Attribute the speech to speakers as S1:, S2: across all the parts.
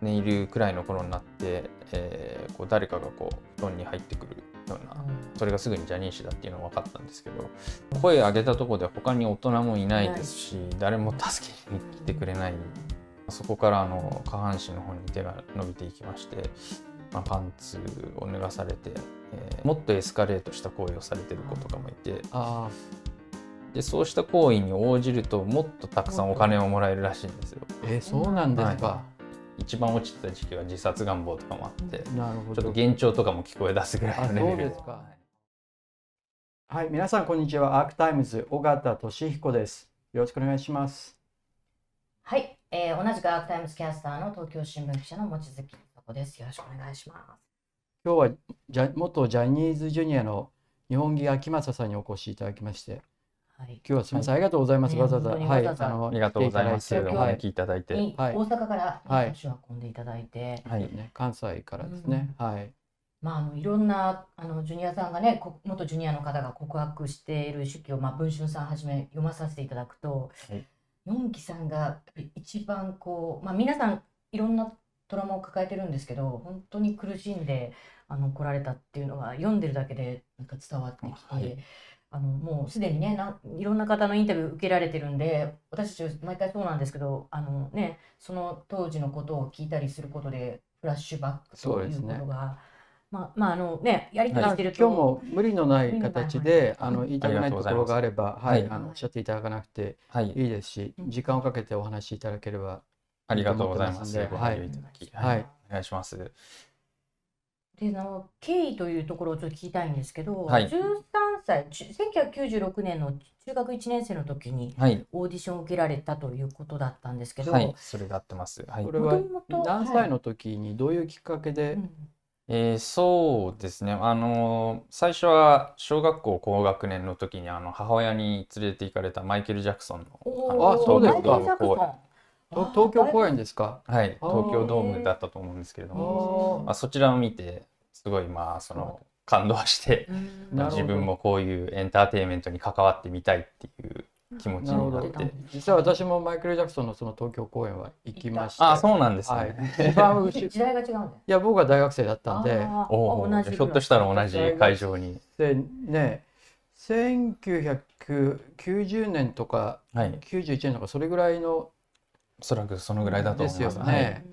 S1: 寝るくらいの頃になって、えーこう誰かがこう布団に入ってくるようなそれがすぐにジャニー氏だっていうのは分かったんですけど声上げたとこで他に大人もいないですし誰も助けに来てくれないそこからあの下半身の方に手が伸びていきまして、まあ、パンツを脱がされて、えーもっとエスカレートした行為をされてる子とかもいて
S2: あ
S1: でそうした行為に応じるともっとたくさんお金をもらえるらしいんですよ。
S2: ーえーそうなんですか、
S1: 一番落ちてた時期は自殺願望とかもあって、ち
S2: なるほ
S1: ょっと
S2: ど
S1: 幻聴とかも聞こえ出すぐらいのレベル
S2: あそうですかはい皆さんこんにちはアークタイムズ尾形俊彦ですよろしくお願いします
S3: はい、えー同じくアークタイムズキャスターの東京新聞記者の望月さ子です。よろしくお願いしま
S2: 今日はジャ元ジャニーズジュニアの日本木秋正さんにお越しいただきまして
S3: す。はい。
S2: 今日はすみません、ありがとうございます
S3: ね
S2: わざわざ
S3: 本当に
S2: は
S3: わ
S2: い
S3: ざわざ
S2: の
S1: ありがとうございます。
S2: 来
S1: お
S2: て
S3: 東京
S2: ただ
S1: 招
S2: いて
S1: きいただいて、
S3: に
S2: はい
S3: 大阪から
S2: はい
S3: 足を運んでいただいて、
S1: は
S2: は
S1: い、
S2: いね関西からですね、はい
S3: まああのいろんなあのジュニアさんがね、こ元ジュニアの方が告白している手記をまあ文春さんはじめ読まさせていただくと、
S1: はい
S3: 四期さんがやっぱり一番こうまあ皆さんいろんなトラウマを抱えてるんですけど、本当に苦しんであの来られたっていうのが読んでるだけでなんか伝わってきて。
S1: はい
S3: あのもうすでにねないろんな方のインタビュー受けられてるんで私たち毎回そうなんですけどあの、ね、その当時のことを聞いたりすることでフラッシュバック
S2: そう
S3: と
S2: で
S3: い
S2: す
S3: う
S2: ね
S3: ことが、まあまああのねやり取り
S2: な
S3: し
S2: の
S3: て
S2: で
S3: る
S2: 今
S3: と
S2: 日も無理のない形で
S3: 無理のない
S2: あの言いたくないところがあれば
S1: あ
S2: は
S1: り
S2: い
S1: が
S3: とうござ
S2: あ
S3: います
S2: のおっしゃっていただかなくて
S1: はい、
S2: いいですし時間をかけてお話しいただければ
S1: ありがとうございます。
S2: はい
S1: ご配慮いただき、
S2: はい
S1: お願いします。
S3: であの経緯というところをちょっと聞きたいんですけど、
S1: はい
S3: 13歳ち1996年の中学1年生の時に
S1: はい、
S3: オーディションを受けられたということだったんですけど、
S1: はい、それで合ってます。はい
S2: こ。れは
S3: もともと
S2: 何歳の時にどういうきっかけ
S3: う
S2: で
S3: ん
S1: えーそうですね。あのー最初は小学校高学年の時にあの母親に連れて行かれたマイケル・ジャクソンの
S3: お
S1: の
S2: あそうです
S3: マ
S2: か
S3: イケルジャクソン
S1: 東
S2: と東京公演ですか
S1: はい、東
S2: あー
S1: 京ドームだったと思うんですけれど
S2: あ
S1: も、
S2: ー
S1: まあ、そちらを見てすごいまあその感動して
S3: うん
S2: なるほど
S1: 自分もこういうエンターテインメントに関わってみたいっていう気持ち
S2: なるほ
S1: になっ
S2: ど
S1: て
S2: 実は私もマイケル・ジャクソンのその東京公演は行きまして
S1: ああそうなんですね、
S2: はい一番後ろい
S3: 時代が違うんだよ。
S2: や僕は大学生だったんで
S3: あー
S1: お
S3: あ
S1: お
S3: 同じ
S1: ひょっとしたら同じ会場に
S2: でね1990年とか
S1: はい
S2: 91年とかそれぐらいの
S1: おそらくそのぐらいだと思います
S2: ですよね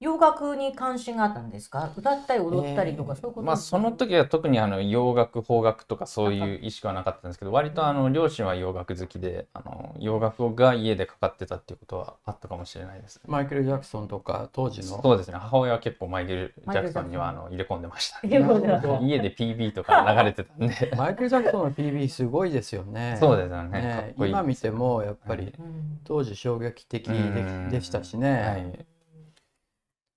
S3: 洋楽に関心があったんですか歌ったり踊ったりとか、そういうこと
S1: まあその時は特にあの洋楽邦楽とかそういう意識はなかったんですけど割とあの両親は洋楽好きであの洋楽が家でかかってたっていうことはあったかもしれないですね
S2: マイケル・ジャクソンとか当時の
S1: そうですね母親は結構マイケル・ジ
S3: マイ
S1: ャ
S3: ケ
S1: ク
S3: ルジャ
S1: ソ
S3: クソ
S1: ン
S3: ン
S1: にはあの入れ込んでました
S3: 英語では
S2: なるほど
S1: 家で PB とか流れてたんで
S2: マイケル・ジャクソンの PV すごいですよね。
S1: そうですよねかっ
S2: ね
S1: こいい
S2: 今見てもやっぱ
S1: は
S2: り
S1: い
S3: うん
S2: 当時衝撃的で
S1: うん
S2: でしたしね。
S1: はい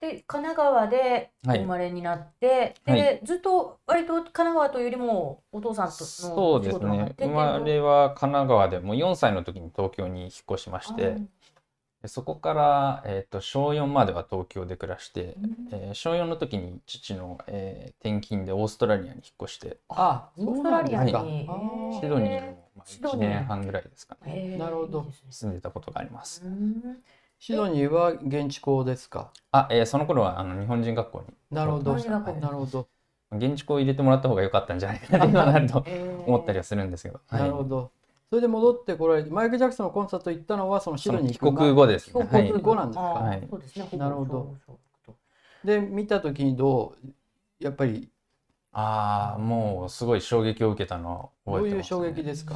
S3: で神奈川でお
S1: はい
S3: 生まれになって、
S1: は
S3: でずっと割と神奈川というよりもお父さんとの
S1: そうですね生まれ
S3: し
S1: は神奈川でもう4歳の時に東京に引っ越しましてでそこから、えー、と小4までは東京で暮らして、えー小4の時に父の、えー転勤でオーストラリアに引っ越して
S2: あ、
S3: オーストラリア
S1: に
S2: そうなんです
S1: シ
S2: か
S1: ドニーにも、まあ、
S3: シドニ
S1: 1
S3: ー
S1: 年半ぐらいですかね
S2: なるほど
S1: 住んでたことがあります。
S2: シドニーは現地校ですか。
S1: あ、えーその頃はあの日本人学校
S2: なるほど。
S3: 日本人学校
S2: なるほど。
S1: に現地校を入れてもらった方が良かったんじゃない かな今なると思ったり
S3: は
S1: はするんですけど。はい
S2: なるほど。それで戻ってこられて、マイケル・ジャクソンのコンサート行ったのはそのシ
S1: そ
S2: ド
S1: の
S2: ニー
S1: 帰
S2: 行く前
S1: 国後です、ね。
S3: 帰
S1: はい
S3: 国。
S2: 後なんですか。
S3: あ
S1: は
S3: ー
S1: い
S3: そうですね
S2: なるほど
S3: そうそう
S2: で見た時にどうやっぱり
S1: ああ、もうすごい衝撃を受けたのは覚
S2: どう
S1: えて
S2: い
S1: ます、ね。
S2: う衝撃ですか。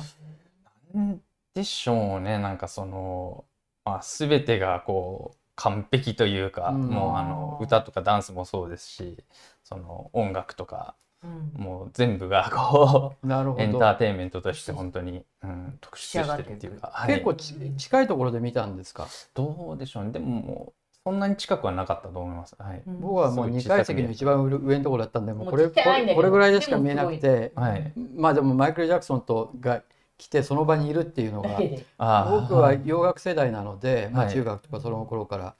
S1: なんでしょうね。なんかその、まあ、全てがこう完璧というか、
S2: うん
S1: もうあの歌とかダンスもそうですし、その音楽とか
S3: うん
S1: もう全部がこ
S2: なるほ
S1: うエン
S2: ど。
S1: ターテインメントとして本当に、うん、特殊してるっていうか、はい
S2: 結構ち近いところで見たんですか。
S1: どうでしょうね。でももうそんなに近くはなかったと思います。はい。
S3: うん
S2: 僕はもう
S1: すごい小
S2: 2
S1: さく
S2: 階席の一番上のところだったんで、もうこれ
S3: もう
S2: こ
S3: ちっちゃいんだけど
S2: れこれぐらいでしか見えなくて、
S1: はい。
S2: まあでもマイケル・ジャクソンとが来てその場にいるっていうの
S3: だ
S2: が
S3: け、で
S1: あー
S2: 僕は洋楽世代なので、まあ
S1: はい
S2: 中学とかその頃から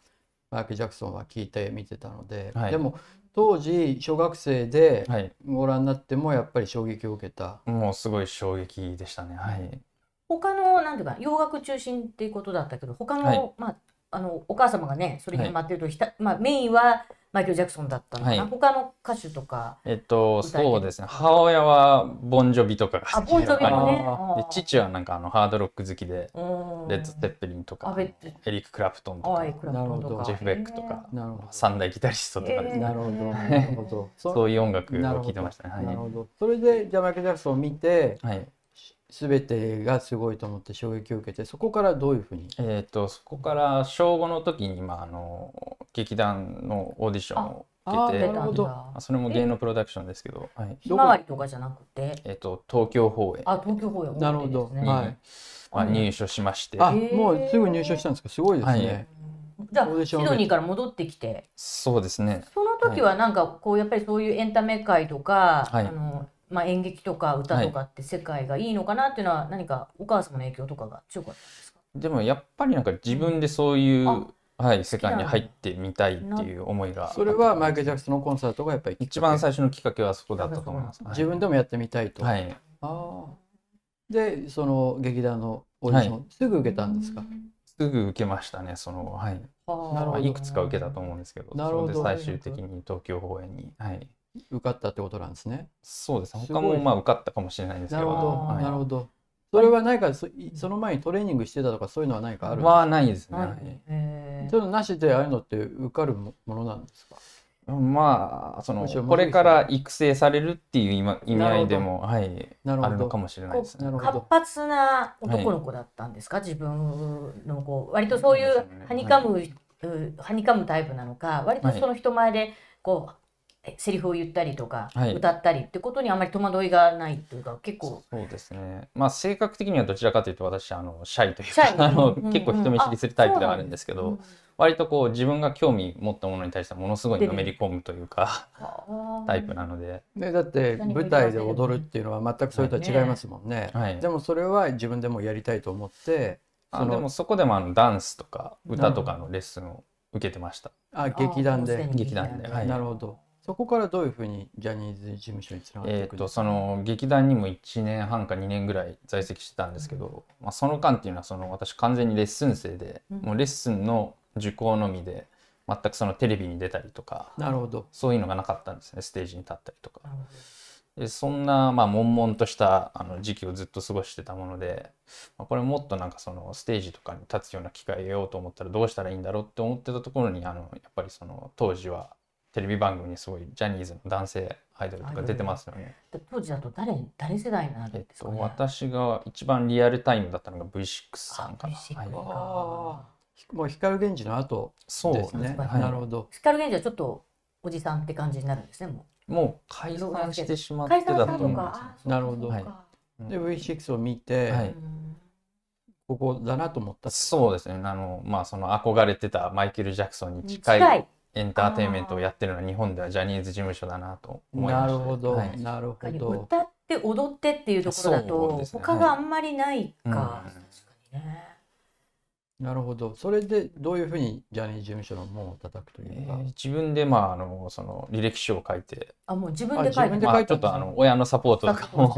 S2: マイケル・ジャクソンは聞いて見てたので
S1: は、い
S2: でも当時小学生で
S1: はい。
S2: ご覧になってもやっぱり衝撃を受けた。
S1: もうすごい衝撃でしたね。はい。
S3: 他のなんていうか洋楽中心っていうことだったけど他の、
S1: はい
S3: まああのお母様がねそれにハマってるとひた、まあ、メインはマイケル・ジャクソンだったのかな、
S1: はい
S3: 他の歌手とか
S1: えっと、
S3: 歌い手
S1: そうですね。母親はボンジョビとかが
S3: あ
S1: 好き
S3: ボンジョビ
S1: あ
S3: も
S1: の
S3: ね
S1: で父はなんかあのハードロック好きで、レッド・ステ
S3: プ
S1: ッペリンと
S3: あ
S1: か
S3: レッド、
S1: エリック・クラプトンと
S3: は
S1: か
S3: い、、クラプトンと
S2: なるほ
S3: か
S2: ど
S1: ジェフ・ベックとか、
S2: なるほど。
S1: 三大ギタリストとかです
S3: えー
S1: ね。
S2: なるほど。
S3: ね
S2: なるほ ど。そ
S1: そういう音楽を
S2: なるほど
S1: 聴いてましたね。
S2: な
S1: は
S2: る
S1: い
S2: ほど。それで、じゃあマイケル・ジャクソンを見て、
S1: はい
S2: すべてがすごいと思って衝撃を受けて、そこからどういうふうに。
S1: えっとそこから小5の時に、まあ、あの劇団のオーディションを
S2: あ
S1: 受
S2: な
S1: け
S2: る
S1: て
S2: ほ
S3: ほ
S2: ど
S3: ど
S1: あそれも芸能プロダクションですけど、はい
S3: ひまわりとかじゃなくて
S1: えっと東京放映
S3: あ東京公演
S2: なるほど。
S1: ね
S2: はい。
S1: まあ、
S3: うん
S1: 入所しまして、
S2: あ、
S3: へー
S2: もうすぐ入賞したんですか。すごいですね。
S3: じゃ
S2: オーディ
S3: あ
S2: シ
S3: シ
S2: ョンを受けて
S3: ドニーから戻ってきて
S1: そうですね
S3: その時はなんかこうやっぱりそういうエンタメ界とか、
S1: はい
S3: あのまあ、演劇とか歌とかって世界がいいのかなっていうのは何かお母様の影響とかが強かったんですか
S1: でもやっぱりなんか自分でそういう、
S3: あ
S1: はい、世界に入ってみたいっていう思いが
S2: それはマイケル・ジャクソンのコンサートがやっぱりきっかけ
S1: 一番最初のきっかけはそこだったと思います。はい
S2: 自分でもやってみたいと。
S1: はい、
S2: ああ。で、その劇団のオーディション、すぐ受けたんですか。
S1: すぐ受けましたね、その、はい、
S2: なる
S1: ま
S2: ほ
S1: あ、
S2: ど
S1: いくつか受けたと思うんですけど、
S2: なるほど
S1: それで最終的に東京放映に、はい、
S2: 受かったってことなんですね。
S1: そうですね、
S2: すご
S1: 他
S2: い
S1: もまあ受かったかもしれないですけ
S2: な
S1: ど、
S2: るほど、
S1: はい、
S2: なるほど。それは何かそその前にトレーニングしてたとかそういうのは何かあるんですか
S1: はないですね。
S3: は
S1: はい
S3: いえー
S2: そういうのなしでああいうのって受かるものなんですか
S1: まあその
S2: むしろ
S1: これから育成されるっていう今意味合いでも、はい、
S2: なる
S1: あ
S2: ほ
S1: るの
S2: ど
S1: か。もしれないですね。
S2: なるほ
S3: 活
S2: ど。
S3: 発な男の子だったんですか、自分のこう割とそういうはにかむ、うはにかむタイプなのか割とその人前でこう、えセリフを言ったりとか、
S1: はい
S3: 歌ったりってことにあまり戸惑いがないというか結構
S1: そうですね。まあ性格的にはどちらかというと私あのシャイという
S3: シャイ
S1: か あの
S3: うんうん
S1: 結構人見知りするタイプではあるんですけど、
S3: うん
S1: 割とこう自分が興味持ったものに対してものすごいのめり込むというかタイプなので、
S2: ね、だって
S3: 何か
S2: 舞台で踊るっていうのは全くそれとは違いますもんね。
S1: はい
S2: で。もそれは自分でもやりたいと思って、
S1: あ
S2: その
S1: でもそこでもあのダンスとか歌とかのレッスンを受けてました。
S2: あ劇団
S3: あーも
S2: で
S3: うすでに
S1: 劇団ではい
S2: なるほど。そこからどういうふうにジャニーズ事務所につながってい
S1: え
S2: く
S1: ー、
S2: んで
S1: と
S2: すか
S1: その劇団にも1年半か2年ぐらい在籍してたんですけど、まあ、その間っていうのはその私完全にレッスン生で、
S3: うん
S1: もうレッスンの受講のみで全くそのテレビに出たりとか
S2: なるほど。
S1: そういうのがなかったんですねステージに立ったりとか
S3: なるほど
S1: でそんなまあ悶々としたあの時期をずっと過ごしてたもので、まあ、これもっとなんかそのステージとかに立つような機会を得ようと思ったらどうしたらいいんだろうって思ってたところにあのやっぱりその当時はテレビ番組にすごいジャニーズの男性アイドルとか出てますよね。
S3: で当時だと誰誰世代になる
S1: え
S3: ん
S1: っ
S3: です
S1: と、
S3: か、ね
S1: 私が一番リアルタイムだったのが V6 さんかな。
S3: あ V6
S1: はい
S3: か
S2: ああ、もう光源氏の後
S1: そう
S2: で
S1: ですす
S2: ね。
S1: ね。はい
S2: なるほど。
S3: 光源氏はちょっとおじさんって感じになるんですねも
S1: もう解散してしま
S3: う
S1: って
S3: 解散
S1: だ
S3: した
S1: と
S3: と
S1: 思い
S3: か
S1: ま
S3: あ
S2: なるほど
S3: そうかそうか
S1: す、
S2: で
S1: うん
S2: V6 を見て、
S1: はい
S3: うん
S2: ここだなと思った。
S1: そうですね。あの、まあ、その憧れてたマイケル・ジャクソンに
S3: 近
S1: 近
S3: い
S1: いエンターテインメントをやってるのは日本ではジャニーズ事務所だなと思いま
S2: な
S1: した。
S2: るほど、
S1: はい
S2: なるほど。
S3: 歌って踊ってっていうところだ
S1: そう
S3: と、
S1: ですね
S3: 他があんまりないか、
S1: はいうん
S3: 確かにね
S2: なるほど。それでどういうふうにジャニーズ事務所の門を叩くとい
S1: え
S2: うか。
S1: ー自分で、まあ、あの、その履歴書を書いて、
S3: あもう自分で書い
S2: あ自分
S3: て
S2: で
S1: ま
S2: 書
S1: あ、
S2: い
S1: ち
S2: た
S1: ょ
S2: んですね
S1: っとあの、親のサポートとか
S3: も
S1: も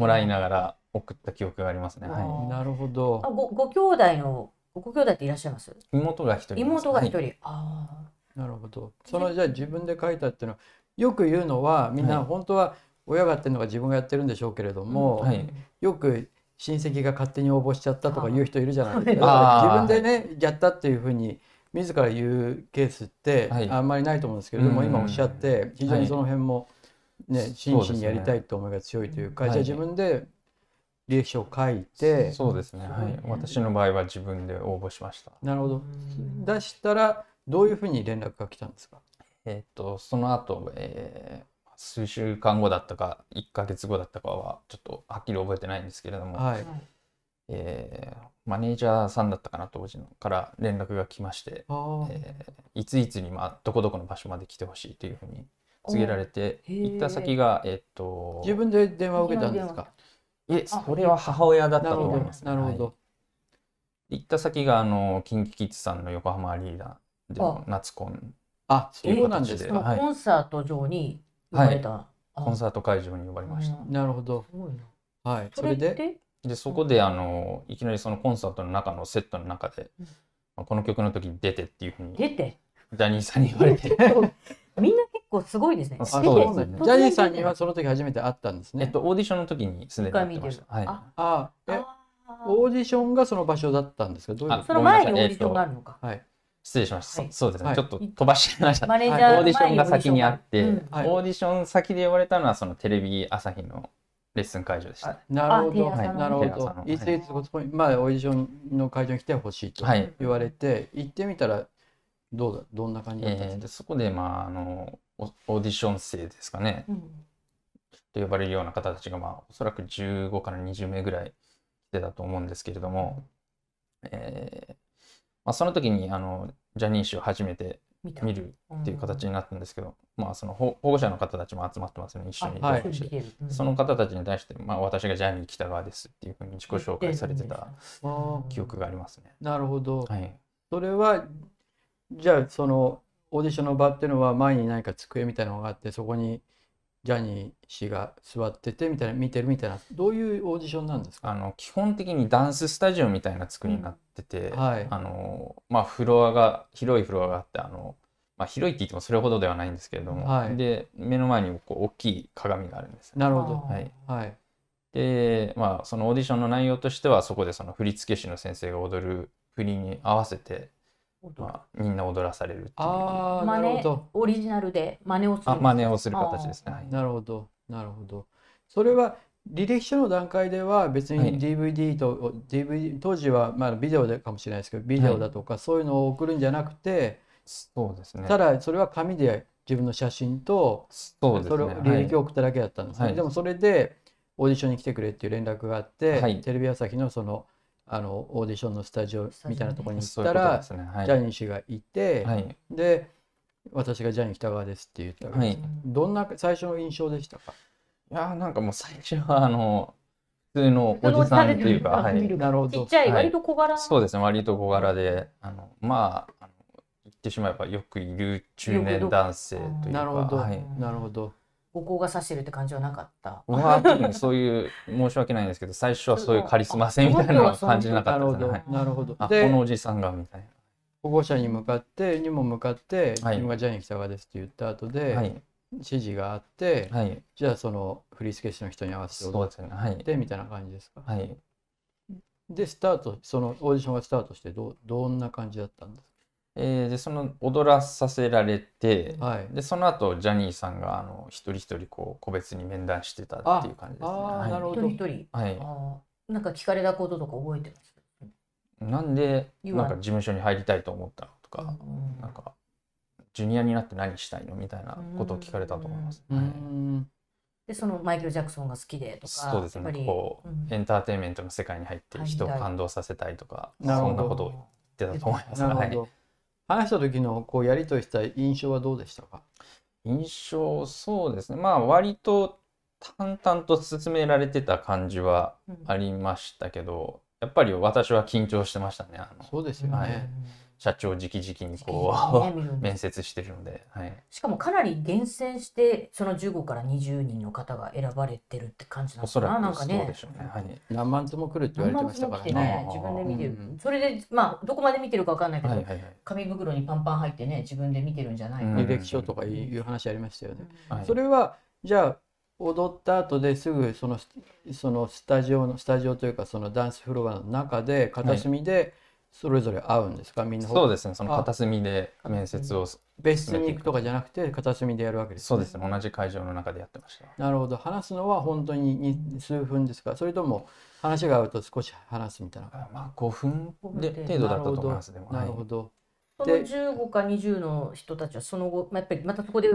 S1: もらいながら送った記憶がありますね。
S3: あ
S1: は
S3: ー
S2: なるほど
S3: あ。ごご兄弟のご兄弟っていらっしゃいます
S1: い。妹が一人います
S3: 妹が一人、
S1: はい
S3: あ
S2: なるほど。そのじゃあ自分で書いたっていうのはよく言うのはみんな本当は親がやってるのが自分がやってるんでしょうけれども、
S1: うんはい
S2: よく親戚が勝手に応募しちゃったとか言う人いるじゃないです
S1: あ
S2: か。
S1: ー
S2: 自分でねやったっていうふうに自ら言うケースって
S1: はい
S2: あんまりないと思うんですけれども、
S1: うん
S2: 今おっしゃって非常にその辺も、ね真摯にやりたいって思いが強いというか
S1: そう
S2: じゃ
S1: ですね
S2: あ自分で履歴書を書いて
S1: そうですね、は
S3: す
S1: い、
S3: ごいね
S1: 私の場合は自分で応募しました。
S2: なるほど
S3: うん
S2: 出したらどういうふうに連絡が来たんですか
S1: えっ、と、その後、えー数週間後だったか、1ヶ月後だったかは、ちょっとはっきり覚えてないんですけれども、
S2: は
S3: ー
S2: い
S3: はい
S1: えーマネージャーさんだったかな、当時の、から連絡が来まして、
S2: あー
S1: えーいついつに、まあ、どこどこの場所まで来てほしいというふうに告げられて、
S3: おへー
S1: 行った先が、えっ、と、
S2: 自分で電話を受けたんですか
S1: いえ、それは母親だった
S2: なる
S1: と
S2: ほ
S1: 思い
S2: ど
S1: ます。
S2: なるほ
S1: はい
S2: ど
S1: 行った先が、あの、KinKiKids さんの横浜アリーナでの夏コン。
S2: あ
S1: とい
S2: そううなんです
S1: 形
S3: そ
S1: で
S2: か
S3: の
S1: はい
S3: コンサート上に呼ばれた、あ
S1: コンサート会場に呼ばれました。
S3: うん
S2: なるほど
S3: すごいな
S2: はいそ
S3: そ
S2: れ
S3: れ
S2: で
S3: で
S1: で、そこであのいきなりそのコンサートの中のセットの中で
S3: うん、
S1: まあこの曲の時出てっていうふうに
S3: 出て
S1: ジャニーさんに言われて
S3: みんな結構すごいですね。
S1: あ
S3: 出
S1: そ
S2: あ
S1: う
S3: て
S2: そう
S1: で
S2: な
S1: す
S2: ん
S1: ね
S2: ですね。ジャニーさんにはその時初めて会ったんですね。
S1: えっとオーディションの時にすでにや
S3: 一回
S1: っ
S3: 見
S1: て
S3: て
S1: ま
S3: る
S1: した。はい、
S3: あ
S2: あえ
S3: あー
S2: オーディションがその場所だったんですかどういうこ
S3: その前にオーディションがあ
S1: る
S3: るのか。
S2: はい。
S1: 失礼しました、
S3: はい
S1: そそうですね、
S2: はい
S1: ちょっと飛ばしてました
S3: マネージ
S2: あ
S3: ャー
S1: オーディションが先にあって、
S3: 前にオーディションが
S1: オーディショ
S3: あるうん
S2: はい
S1: ン先で言われたのはそのテレビ朝日のレッスン会場でしたね。
S2: なるほ
S3: テレ
S2: ど。
S3: 朝
S1: の
S2: なる
S1: テレ朝
S2: ほ
S1: の
S2: ど。いついつここにまあオーディションの会場に来てほしいと
S1: はい
S2: 言われて行ってみたらどうだどんな感じだったん
S1: え
S2: です
S1: ー
S2: か
S1: で。そこで、まあ、あのオオーディション生ですかね
S3: うん
S1: と呼ばれるような方たちが、まあ、おそらく15から20名ぐらい来てたと思うんですけれども、えーまあ、その時にあのジャニー氏を初めて
S3: 見た
S1: 見るっていう形になったんですけど、まあ、その保保護者の方たちも集まってますね一緒に
S2: あはい
S1: 同行して、
S3: うん
S1: その方たちに対して、まあ、私がジャニー喜多川ですっていうふうに自己紹介されてた
S2: あー
S1: 記憶がありますね。
S2: なるほど。
S1: はい
S2: それはじゃあそのオーディションの場っていうのは前に何か机みたいなのがあってそこにジャニー氏が座っててみたいな見てるみたいなどういうオーディションなんですか
S1: あの基本的にダンススタジオみたいな作りになってて、
S2: うんはい
S1: あのまあ、フロアが広いフロアがあってあの、まあ、広いって言ってもそれほどではないんですけれども、
S2: はい
S1: で目の前にこう大きい鏡があるんですね。
S2: なるほど。
S1: はい。
S2: はい。
S1: で、まあ、そのオーディションの内容としてはそこでその振付師の先生が踊る振りに合わせて、まあ、みんな踊らされるっていうあ
S2: ああ、な
S3: 真
S2: るほ
S3: 似
S2: ど。
S3: オリジナルで真似をする。
S1: 真似をする形ですね。はい
S2: なるほど。なるほど。それは履歴書の段階では別
S1: は
S2: に
S1: い
S2: DVD と、お DVD 当時はまあビデオでかもしれないですけどビデオだとかそういうのを送るんじゃなくて、
S1: そうですね。
S2: ただそれは紙で自分の写真と
S1: そうです
S2: それ
S1: ね
S2: を。履歴を送っただけだったんですね、
S1: はい
S2: でもそれでオーディションに来てくれっていう連絡があって、
S1: はい
S2: テレビ朝日のそのあのオーディションのスタジオみたいなところ
S1: はい
S2: に
S1: そ
S2: 行
S1: う
S2: っ
S1: いう
S2: た
S1: こと
S2: ら、
S1: ですね。はい
S2: ジャニー氏がいて、
S1: はい
S2: で私がジャニー喜多川ですって言ったわけ
S1: は
S2: で
S1: い
S2: す、どんな最初の印象でしたか
S1: いやーなんかもう最初はあの普通のおじさんっていうか、は
S3: 普通のおじさん見
S1: い、
S3: る
S2: なるほ
S3: ちっ
S2: ど
S3: ちゃい、
S1: はい
S3: 割と小柄な。
S1: そうですね割と小柄であのまああの言ってしまえばよくいる中年男性というか
S2: なるほど、
S1: はい、
S2: なるほど
S3: お香が刺してるって感じはなかった。
S1: 僕は特にそういう申し訳ないんですけど最初はそういうカリスマ性みたいなのは感じなか
S2: な
S1: った
S2: るほ
S1: ですね、
S2: ど、
S1: はい、
S2: なるほど
S1: あこ
S2: で
S1: のおじさんがみたい
S2: 保護者に向かってにも向かって自
S1: はい
S2: 分がジャニー喜多川ですって言った後で、
S1: なはい
S2: 指示があって、
S1: はい
S2: じゃあその振付師の人に合わせて
S1: そ
S2: 踊
S1: うですねはい
S2: ってみたいな感じですか、
S1: はい
S2: でスタートそのオーディションがスタートしてどうどんな感じだったんです
S1: えー、でその踊らさせられて
S2: かはい
S1: でその後ジャニーさんがあの一人一人こう個別に面談してたっていう感じですね
S2: ああー
S1: はい
S2: なるほ
S3: 一
S2: ど
S3: 人一人。
S1: はい、
S3: あーなんか聞かれたこととか覚えてます。
S1: なんで
S3: 言
S1: な
S3: わ
S1: ん
S3: ない
S1: か事務所に入りたいと思ったのとか、
S3: うん
S1: なんかジュニアになって何したいのみたいなことを聞かれたと思います。
S2: う
S1: はい
S2: ん
S3: で、そのマイケル・ジャクソンが好きでとか、
S1: そうですね
S3: やっぱり
S1: こう、
S3: うん
S1: エンターテインメントの世界に入って人を
S3: 入りたい
S1: 感動させたいとか
S2: なる
S1: そ
S2: ほ
S1: ん
S2: ど
S1: なことを言ってたと思います。
S2: なる
S1: は
S2: ほ
S1: い、
S2: ど、話した時のこうやりとりした印象はどうでしたか
S1: 印象そうですねまあ割と淡々と進められてた感じは
S3: うん
S1: ありましたけどやっぱり私は緊張してましたねあの
S2: そうですよね、
S1: はい社長直々に
S3: 好き
S1: こ
S3: ですね見る
S1: う
S3: の
S1: 面接してるので。はい
S3: しかもかなり厳選してその15から20人の方が選ばれてるって感じな
S1: お
S3: のか
S1: そ
S3: な
S1: ら
S3: なん
S1: く
S3: か
S1: そう
S3: ね
S1: でしょうね。はい
S2: 何万通も来るって言われてましたから
S3: 何
S1: 万
S3: 万
S1: 通も来
S2: ね
S3: も来てね自分で見てる、
S2: うん
S3: それでまあどこまで見てるかわかんないけど、
S1: はいはいはい。
S3: 紙袋にパンパン入ってね自分で見てるんじゃない
S1: うん
S3: の、
S2: 履歴書とかいう話ありましたよね、
S1: はい
S2: それはじゃあ踊った後ですぐそのそのスタジオのスタジオというかそのダンスフロアの中で片隅でそれぞれ会うんですか、みんな
S1: そうですね、その
S2: あ
S1: 片隅で面接を、
S2: 別室に行くとかじゃなくて片隅でやるわけです
S1: そう
S2: ね、
S1: ですね、同じ会場の中でやってました。
S2: なるほど話すのは本当にに数分ですかそれとも話が合うと少し話すみたいな
S1: あまあ、5分で
S3: 5分で
S1: 程度だったと思います、でも。
S2: なるほど、
S3: その15か20の人たちはその後、まあ、やっぱりまたそこで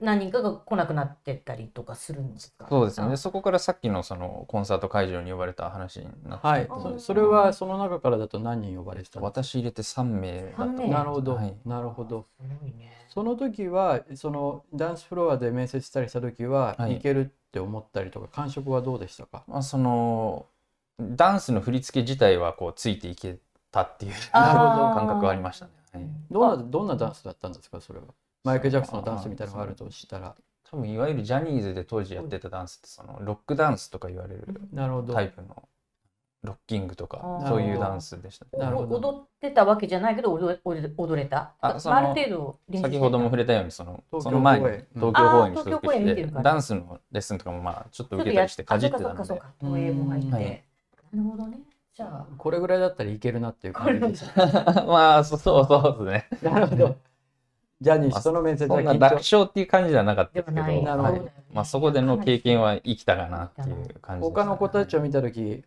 S3: 何人かが来なくなってったりとかするんですか
S1: そうですね、でそこからさっきのそのコンサート会場に呼ばれた話になって、
S2: はい
S3: あ
S2: そそれはその中からだと何人呼ばれてたんです
S1: 私入れて3名だったと思います
S2: かなるほど、
S1: はい
S2: なるほど
S3: すごいね
S2: その時はそのダンスフロアで面接したりした時は、
S1: はい
S2: い、けるって思ったりとか感触はどうでしたか
S1: まあ、そのダンスの振り付け自体はこうついていけたっていう
S2: なるほど
S1: 感覚はありましたね。はい
S2: どんなどんなダンスだったんですかそれはマイケル・ジャクソンのダンスみたいなのがあるとしたら
S1: 多分いわゆるジャニーズで当時やってたダンスってそのロックダンスとか言われる
S2: なるほど
S1: タイプのロッキングとか
S3: あー
S1: そういうダンスでしたね
S2: なるほど
S3: 踊ってたわけじゃないけど踊れ踊れ踊れた
S1: あ
S3: あ
S1: その
S3: ある程度練習して
S1: 先
S3: た
S1: ほども触れたようにその
S2: 東
S1: そ
S2: 京
S1: の前に
S2: 公演うん
S1: 東京公演に所
S3: あー東京公
S1: 属
S3: 演
S1: し
S3: 見て
S1: て
S3: るから
S1: ダンスのレッスンとかもまあちょっと受けたりしてかじってたの
S3: あそう
S1: で
S3: かそうかそうか東映も入って、
S2: うん
S1: はい
S3: なるほどねじゃあ
S2: これぐらいだったらいけるなっていう
S3: これ
S2: 感じ
S3: も
S2: で
S3: じ
S2: す
S3: ゃ。
S1: まあそうそうそうですね
S2: なるほど。ジャニー氏との面接
S1: そ
S2: は
S1: んな
S2: 緊
S1: 楽
S2: 張。
S1: 勝っていう感じじゃなかった
S3: で
S1: です
S3: は
S1: けど
S3: ない
S2: なるほど
S1: はいまあ、そこでの経験は生きたかなっていう感じでした
S2: 他の子たちを見たとき、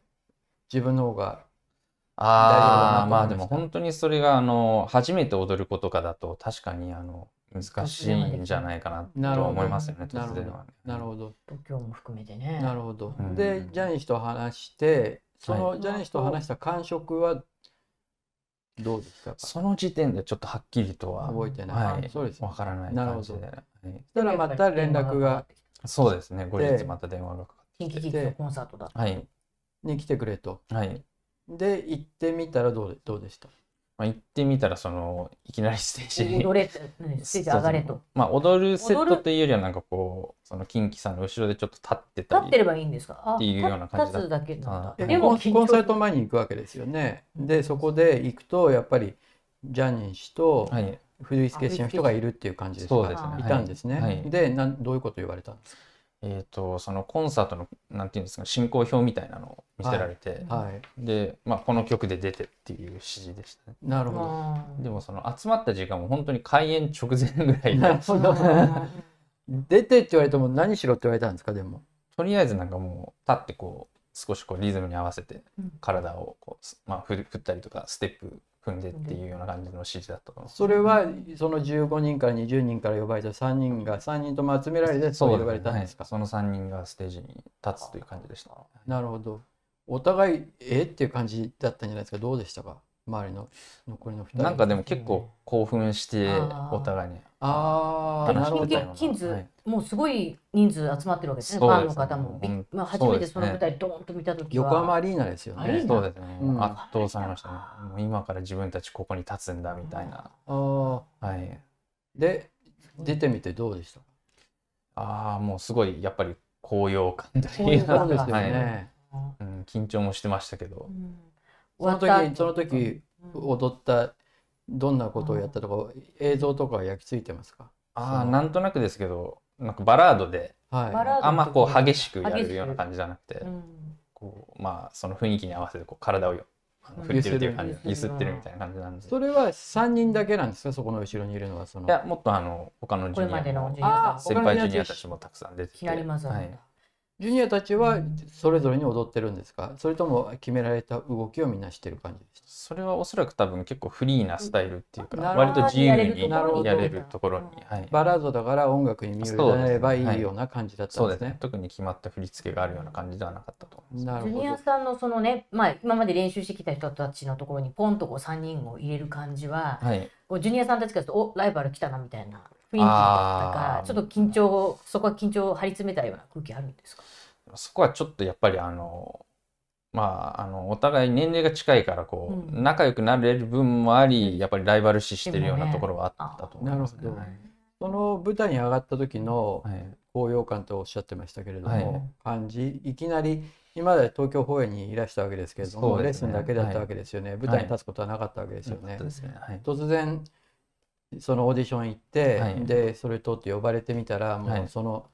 S2: 自分の方が、
S1: ああ
S2: 大丈夫だなと思いました
S1: まあでも本当にそれがあの初めて踊る子とかだと確かにあの難しいんじゃないかなと思いますよね
S2: な
S1: 突
S2: るほど
S1: 然はね。
S2: なるほど、
S3: 東京も含めてね
S2: なるほど
S1: う。ん
S2: で、ジャニー氏と話して、そ
S1: は
S2: のジャニー氏と話した感触はどうでしたかそし
S1: その時点でちょっとはっきりとは、
S2: 覚えてない
S1: は
S2: あそうですね
S1: わからない感じで、
S2: な
S1: はい
S2: たらまた連絡が
S1: そうですね、後
S2: で
S1: 日また電話がかか
S3: 近畿キッズのコンサートだ
S1: って、はい、
S2: に来てくれと。
S1: はい。
S2: で、行ってみたらどうでどうでした
S1: まあ、行ってみたら、その、いきなりステージに
S3: 踊れってねステージ上がれと
S1: まあ、踊るセッ
S3: 踊
S1: ト
S3: る
S1: というよりは、なんかこう、その、キンキさんの後ろでちょっと立ってた
S3: 立
S1: り、
S3: ってればいいんですかあ
S1: っていうような感じだ
S3: 立つだけなんだ
S1: あ
S2: え
S3: で
S2: コ
S3: も
S2: ンコンサート前に行くわけですよね。で、そこで行くと、やっぱりジャニー氏と
S1: はい、
S2: 藤井助氏の人がいるっていう感じですか
S1: そうですね。
S3: あ
S1: はい
S2: たんですね。
S1: はい
S2: でなん、どういうこと言われたんです
S1: えっ、と、そのコンサートの、なんていうんですか、進行表みたいなのを見せられて、
S2: か。はい、
S1: で、まあ、この曲で出てっていう指示でしたね。
S2: なるほど。
S3: あー
S1: でも、その、集まった時間も本当に開演直前ぐらい
S2: な
S1: で
S2: る、ほど。出てって言われても、何しろって言われたんですか、でも。
S1: とりあえずなんかもう、立ってこう、少しこう、リズムに合わせて、体をこうす、まあ、振る振ったりとかステップ踏んでっていうような感じの指示だったと思います
S2: それは、その15人から20人から呼ばれた3人が、3人とも集められて、そう
S1: そう
S2: 呼ばれたん
S1: で
S2: ですすか。
S1: かその3人がステージに立つという感じでした
S2: なるほど。お互い、えっていう感じだったんじゃないですか。どうでしたか周りの残りの2人。
S1: なんかでも結構興奮して
S3: あー
S1: お互いに
S2: ああ、
S1: 話
S2: なる
S1: し
S2: ほ
S1: て
S3: 近
S1: た
S2: ど
S1: よ。
S3: 畿キッズ、
S1: はい
S3: もうすごい人数集まってるわけですね、フ
S1: そう
S3: ァン
S1: で
S3: の
S1: すね
S3: 方も。びっ
S1: うん
S3: まあ、初めてその
S1: そうですね
S3: 舞台、ドーンと見たときは、
S2: 横浜アリーナですよ
S3: あいい
S2: ね。
S3: な
S1: そうですね、
S2: うん
S1: 圧倒されましたねもう今から自分たちここに立つんだみたいな、
S2: ああ。
S1: はい
S2: で、出てみてどうでしたか
S1: ああもうすごいやっぱり高揚感と
S3: 高
S1: い
S3: 揚
S1: うか
S3: 感
S2: そうですよ
S1: はい
S2: ね。
S1: うん、緊張もしてましたけど、
S3: うん
S2: その
S3: 終わった
S2: 時その時踊ったどんなことをやったとか映像とかは焼き付いてますか
S1: ああ
S2: そう
S1: なんとなくですけどなんかバラードで
S3: バ
S2: は
S3: ラード
S1: あんまこう激しくや
S3: 激し
S1: る
S3: く
S1: ような感じじゃなくて、
S3: うん
S1: こうまあその雰囲気に合わせてこう体をよあの
S3: うん
S1: 振ってるっていう感じ
S3: 揺
S1: 揺
S3: す
S1: す
S3: る
S1: ってるみたいな感じなん
S2: い
S1: で
S2: それは3人だけなんですかそこの後ろにいるのはその
S1: いやもっとあの他のジ
S3: これま
S1: ュ
S3: で
S1: ニア
S3: の
S1: も
S3: ジュニア
S2: あ
S3: さ
S1: 先
S3: ん
S2: 他の
S1: 輩
S2: ジ
S1: ジュ
S2: ュニア
S1: ニアたちもたくさん出て
S3: い
S1: て
S3: きなりまずは、
S1: はい、
S2: ジュニアたちはそれぞれに踊ってるんですかそれとも決められた動きをみんなしてる感じです
S1: それはおそらく多分結構フリーなスタイルっていうか
S2: なる
S1: 割
S2: ほ
S1: と
S2: ど
S1: 自由に
S2: なるほど
S1: やれるところにはい
S2: バラードだから音楽に見るればいいような感じだった
S1: そ
S2: ん
S1: う
S2: で
S1: ですすね
S2: ね。
S1: 特に決まった振り付けがあるような感じではなかったと思います
S2: な
S3: ジ
S2: る
S3: ュ
S2: ほ
S3: ニア
S2: ど。
S3: さんのそのね、まあ、今まで練習してきた人たちのところにポンとこう3人を入れる感じは、
S1: はい
S3: こうジュニアさんたちからするとおライバル来たなみたいな雰囲気だったか
S1: あー
S3: ちょっと緊張をそこは緊張を張り詰めたような空気あるんですか
S1: そこはちょっとやっぱりあのまあ、あのお互い年齢が近いからこう、
S3: うん
S1: 仲良くなれる分もあり、
S3: うん
S1: やっぱりライバル視してるような
S3: でもね
S1: ところはあったと思います、ね
S2: なるほど
S1: はい
S2: その舞台に上がった時の
S1: はい、
S2: 高揚感とおっしゃってましたけれども、
S1: はい
S2: 感じいきなり今まで東京放映にいらしたわけですけれども、
S1: そう
S2: レ
S1: で
S2: ッ
S1: す
S2: ス
S1: ね
S2: ンだけだったわけですよね、舞台に立つことはなかったわけですよ
S1: よか
S2: ね、
S1: ったですね。はい、
S2: 突然そのオーディション行って、
S1: はい
S2: でそれ通って呼ばれてみたらも
S1: は
S2: う
S1: い
S2: その、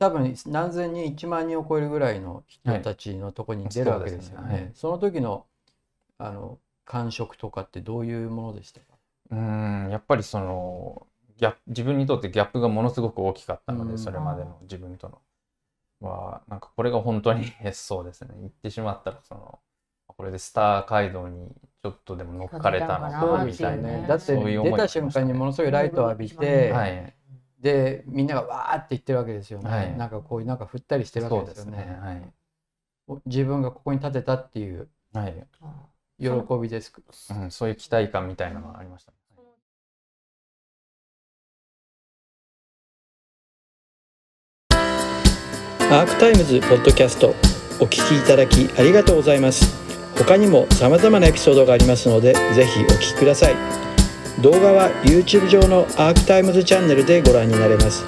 S2: 多分何千人1万人を超えるぐらいの人たちのとこに出るわけですよね,、
S1: はいそうですねはい
S2: その時のあの感触とかってどういうものでしたか
S1: うーん、やっぱりそのギャップ自分にとってギャップがものすごく大きかったので、
S2: うん
S1: それまでの自分とのはなんかこれが本当に そうですね。言ってしまったらそのこれでスター街道にちょっとでも乗っかれたの
S3: そう
S1: か
S3: で
S1: み
S3: すよ
S1: た
S3: ね
S1: いな、
S2: だって
S1: そういう思い
S2: 出
S1: があり
S2: た
S1: ました
S2: 瞬
S1: ね
S2: 間にものすごいライトを浴びて、
S1: はい、
S2: でみんながわーって言ってるわけですよね、
S1: はい
S2: なんかこういうなんか振ったりしてる
S1: そ
S2: わ
S1: う
S2: けで
S1: です
S2: よ
S1: す
S2: ね
S1: ね。はい。
S2: お自分がここに立てたっていう
S1: はい、
S2: 喜びです
S1: うん、そういう期待感みたいなのがありました。
S4: アークタイムズポッドキャストお聞きいただきありがとうございます他にも様々なエピソードがありますのでぜひお聞きください動画は YouTube 上のアークタイムズチャンネルでご覧になれます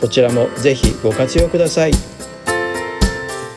S4: こちらもぜひご活用ください